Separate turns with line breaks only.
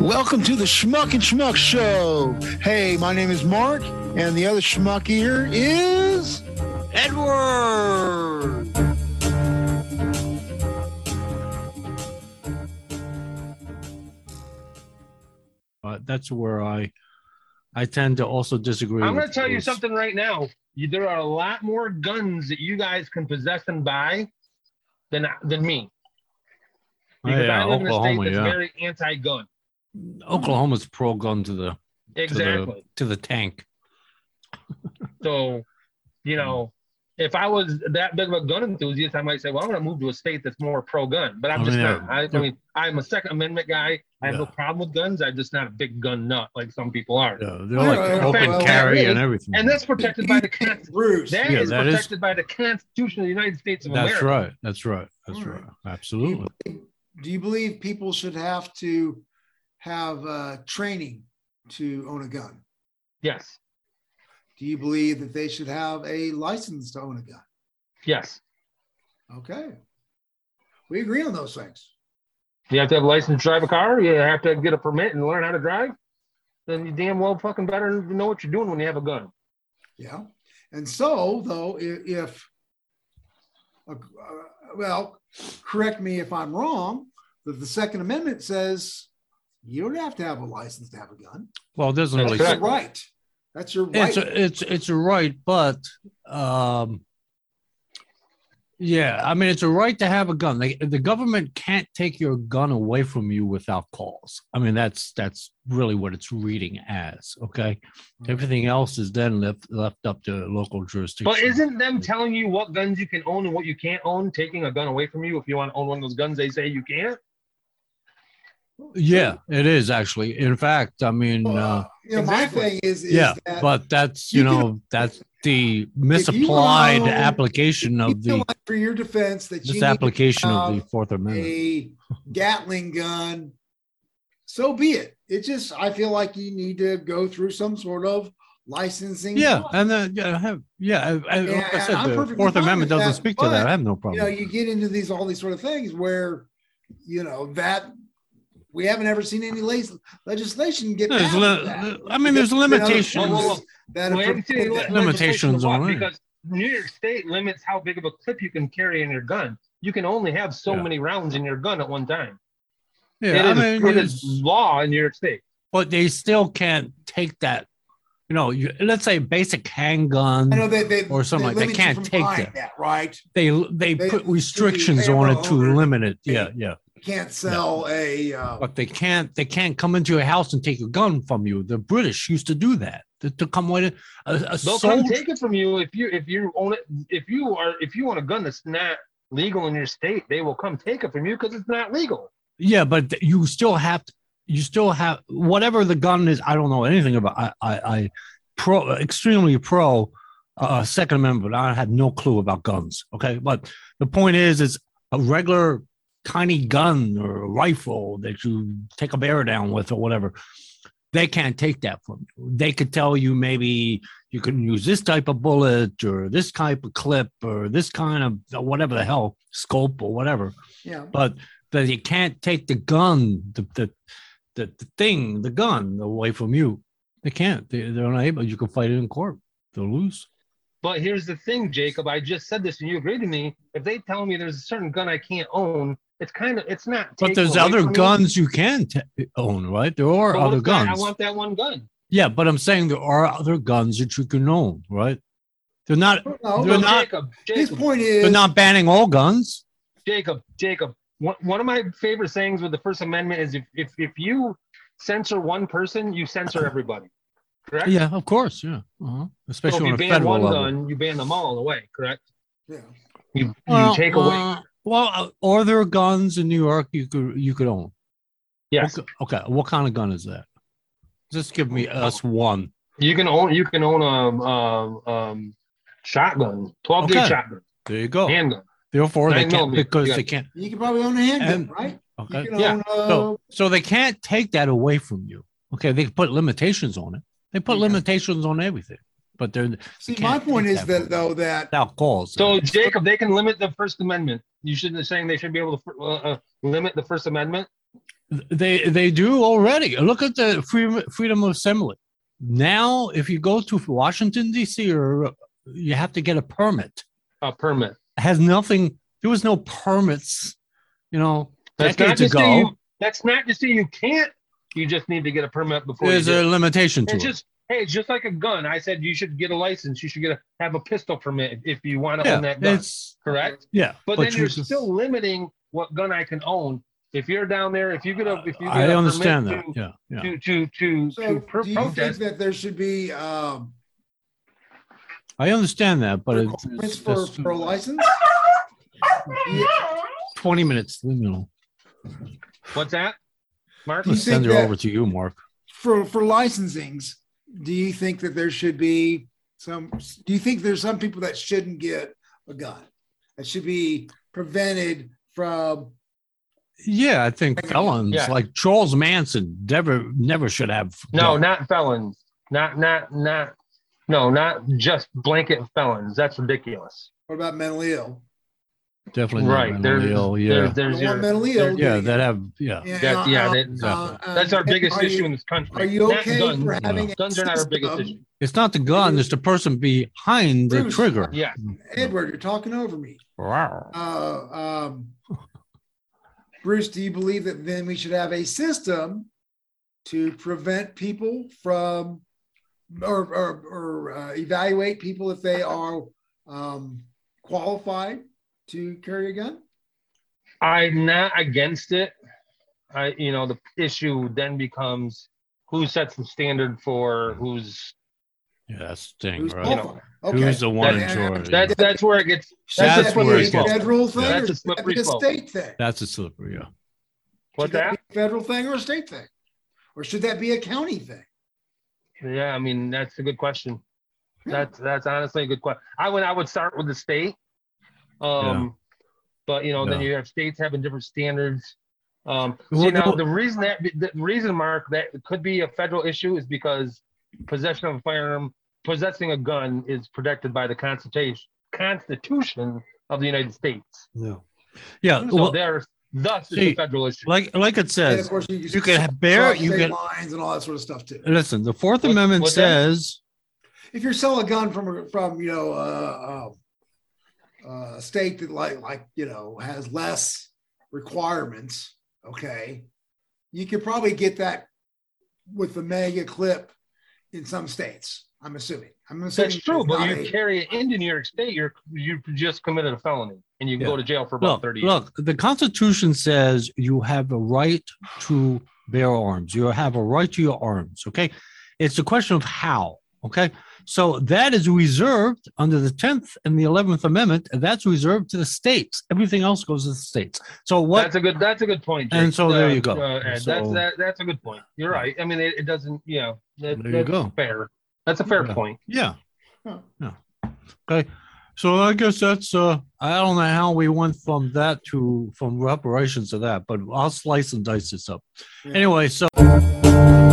Welcome to the Schmuck and Schmuck Show. Hey, my name is Mark, and the other schmuck here is.
Edward!
Uh, that's where I, I tend to also disagree.
I'm going
with
to tell you
those.
something right now. You, there are a lot more guns that you guys can possess and buy than than me.
Oh,
Because
yeah,
I live in a state
Oklahoma,
that's
yeah.
very anti-gun.
Oklahoma's pro gun to the to
Exactly.
the to the tank.
So, you know, if I was that big of a gun enthusiast, I might say, "Well, I'm going to move to a state that's more pro-gun." But I'm
I
just
mean,
not. I, I
they're-
mean, I'm a Second Amendment guy. I have no
Yeah.
problem with guns. I'm just not a big gun nut like some people are.
Yeah, they're
Well,
like
yeah,
open
well,
carry
yeah,
and everything.
And that's protected by the Constitution.
Bruce.
That
Yeah,
is
that is-
protected by the Constitution of the United States of
that's
America.
right. That's right. That's
All
right.
right.
Absolutely.
Do you believe people should have to have uh, training to own a gun?
Yes.
Do you believe that they should have a license to own a gun?
Yes.
Okay. We agree on those things.
You have to have a license to drive a car. You have to get a permit and learn how to drive. Then you damn well fucking better know what you're doing when you have a gun.
Yeah. And so, though, i- if, uh, well, correct me if I'm wrong, that the Second Amendment says you don't have to have a license to have a gun.
Well, it doesn't
That's
really.
That's your
Correct.
right. That's your right.
It's a, it's it's a right, but um, yeah, I mean it's a right to have a gun. They, the government can't take your gun away from you without cause. I mean that's that's really what it's reading as. Okay,
Hmm.
everything else is then left left up to local jurisdiction.
But isn't them telling you what guns you can own and what you can't own taking a gun away from you if you want to own one of those guns they say you can't?
Yeah, it is actually. In fact, I mean,
Well,
uh,
you know,
exactly.
my thing is, is
yeah,
that
but that's you
you can-
know that's the misapplied
own-
application
you
of
feel
the
like for your defense that you need
misapplication of the
have
Fourth Amendment.
a Gatling gun, so be it. It just I feel like you need to go through some sort of licensing.
Yeah,
process.
and then yeah, I have, yeah, I, I, like I
and
said,
I'm
the
perfectly
Fourth
fine
Amendment
with
doesn't
that,
speak to that.
but,
I have no
you
problem.
know, you get into these all these sort of things where, you know, that we haven't ever seen any leg- legislation get
There's
passed.
li-
that.
I mean, there's
There's been other
limitations.
Whoa, whoa, whoa.
countries that have
Well, I haven't seen any
prevented that.
legislation
Limitations
of what?
on it.
Because New York State limits how big of a clip you can carry in your gun. You can only have so
Yeah.
many rounds in your gun at one time.
yeah,
it is,
I mean,
it
it's-
is law in New York State.
but they still can't take that. You know, you, let's say basic handgun.
I know they, they
Or something like that.
limit you
Can't
from
take
buying
that.
right?
they they
They-
put restrictions on it to
owner-
limit it. Yeah, yeah.
You can't sell a uh,
But they can't they can't come into your house and take a gun from you. The British used to do that. To, to come with a, a, a
They'll
soldier.
come take it from you if you if you own it if you are if you own a gun that's not legal in your state, they will come take it from you because it's not legal.
Yeah, but th- you still have to, you still have whatever the gun is. I don't know anything about. I I, I pro extremely pro uh, Second Amendment. I have no clue about guns. Okay, but the point is, is a regular tiny gun or a rifle that you take a bear down with or whatever. They can't take that from you. They could tell you maybe you can use this type of bullet or this type of clip or this kind of whatever the hell scope or whatever
yeah.
but that you can't take the gun, the the, the, the thing, the gun away from you. They can't. They, they're not able. You can fight it in court. They'll lose.
But here's the thing, Jacob. I just said this, and you agreed to me. If they tell me there's a certain gun I can't own, it's kind of it's not.
But
taken
there's
away
other
from me.
guns you can t- own, right? There are
But what
other
if I-
guns.
I want that one gun.
yeah, but I'm saying there are other guns that you can own, right? They're not.
No,
They're
Well,
no,
not-
Jacob,
his
Jacob,
point is
They're not banning all guns.
Jacob, Jacob. One, one of my favorite sayings with the First Amendment is if, if if you censor one person, you censor everybody. Correct.
Yeah, of course. Yeah, uh-huh.
So
especially
if you
on a
ban
federal
one
level.
gun, you ban them all away. Correct.
Yeah.
You, you take away.
uh, well, uh, are there guns in New York you could you could own?
Yes,
Okay, okay, what kind of gun is that? Just give me
Oh.
us one.
you can own you can own a um, um, shotgun, twelve gauge
Okay. Oh.
shotgun,
There you go.
handgun.
Therefore, they
Nine
can't
millimeter,
because
yeah.
they can't.
You can probably own a handgun,
And-
right?
Okay,
You can
Yeah.
own uh, a,
um,
so so they can't take that away from you. Okay, they put limitations on it. They put
Yeah.
limitations on everything, but they're
see my
can't
point
take
is
that
that
from
though that
without cause.
So Jacob, they can limit the First Amendment. You shouldn't be saying they should be able to uh, uh, limit the First Amendment.
They they do already. Look at the freedom freedom of assembly. Now, if you go to Washington D.C. or uh, you have to get a permit.
a permit.
It has nothing. There was no permits. You know,
That's not
decades ago.
to say you, that's not to say you can't. You just need to get a permit before
There's
you do.
a limitation to
It's
it.
just hey, it's just like a gun. I said you should get a license. You should get a have a pistol permit if you want to
yeah,
own that gun.
it's
Correct.
yeah.
But, then you're
just-
still limiting what gun I can own. If you're down there, if you get a, if you get a
I
permit
understand that.
to,
yeah, yeah.
to to to,
So,
to pro-
do you think
protest,
that there should be um,
I understand that, but it's,
requirements
it's,
for,
it's
for a license?
twenty minutes. You know,
what's that, Mark?
You
let's send
think
her
that-
over to you, Mark.
For for licensings, do you think that there should be some? Do you think there's some people that shouldn't get a gun that should be prevented from?
Yeah, I think felons
Yeah.
like Charles Manson never never should have.
No,
guns.
not felons. Not not not. No, not just blanket felons. That's ridiculous.
What about mentally ill?
definitely not
Right. There's,
mentally ill, Yeah,
there's, there's
You don't
your,
want mentally ill.
yeah, that have yeah.
And,
That- yeah, that-
uh,
that's our
and
biggest
are you-
issue in this country.
Are you
Not
okay
guns.
for Um, having a
Guns are not our biggest
system?
issue.
It's not the gun; it's the person behind the
Bruce.
trigger.
Yeah.
Edward, you're talking over me.
Wow.
Uh, um, Bruce, do you believe that then we should have a system to prevent people from or, or, or uh, evaluate people if they are um, qualified to carry a gun?
I'm not against it. I, you know, the issue then becomes who sets the standard for who's.
Yeah, that's the thing,
Who's
right?
qualified? Okay.
Who's the one in
That-
charge?
That's that's where it gets.
Should that
that's
be
where
a
it gets-
federal thing.
That's
or
a
should that
slippery
be a
slope.
state thing.
That's a slippery. Yeah.
What's
Should
that?
be a federal thing or a state thing? Or should that be a county thing?
Yeah, I mean that's a good question.
Yeah.
That's that's honestly a good question. I would I would start with the state. Um, but you know then
Yeah.
you have states having different standards. Um,
Well,
see, now
no-
the reason that the reason Mark that it could be a federal issue is because possession of a firearm, possessing a gun is protected by the Constitution Constitution of the United States.
Yeah. Yeah.
So
Uh, well,
there, thus
see,
it's a federal issue.
like like it
And
says,
course,
you can have bear.
cross
You can
state lines and all that sort of stuff too.
listen. The Fourth
What-
Amendment
what's that?
says.
if you're selling a gun from a- from you know uh, uh, uh, a state that like like you know has less requirements, okay, you could probably get that with the mega clip in some states. I'm assuming. I'm assuming
That's true,
it's
but
not
you
a-
carry it into New York State, you're you just committed a felony, and you can
Yeah.
go to jail for about
Look,
thirty. years.
look. The Constitution says you have a right to bear arms. You have a right to your arms. Okay. It's a question of how. Okay. So that is reserved under the Tenth and the Eleventh Amendment, and that's reserved to the states. Everything else goes to the states. So what?
That's a good. That's a good point. Jake.
And so there you go.
Uh, Ed, that's
So-
that, that's a good point. You're right. I mean, it, it doesn't. Yeah, that,
There you
that's
go.
fair. That's a fair
Yeah.
point.
Yeah.
Huh.
Yeah. Okay. So I guess that's uh I don't know how we went from that to from reparations to that, but I'll slice and dice this up.
Yeah.
Anyway, so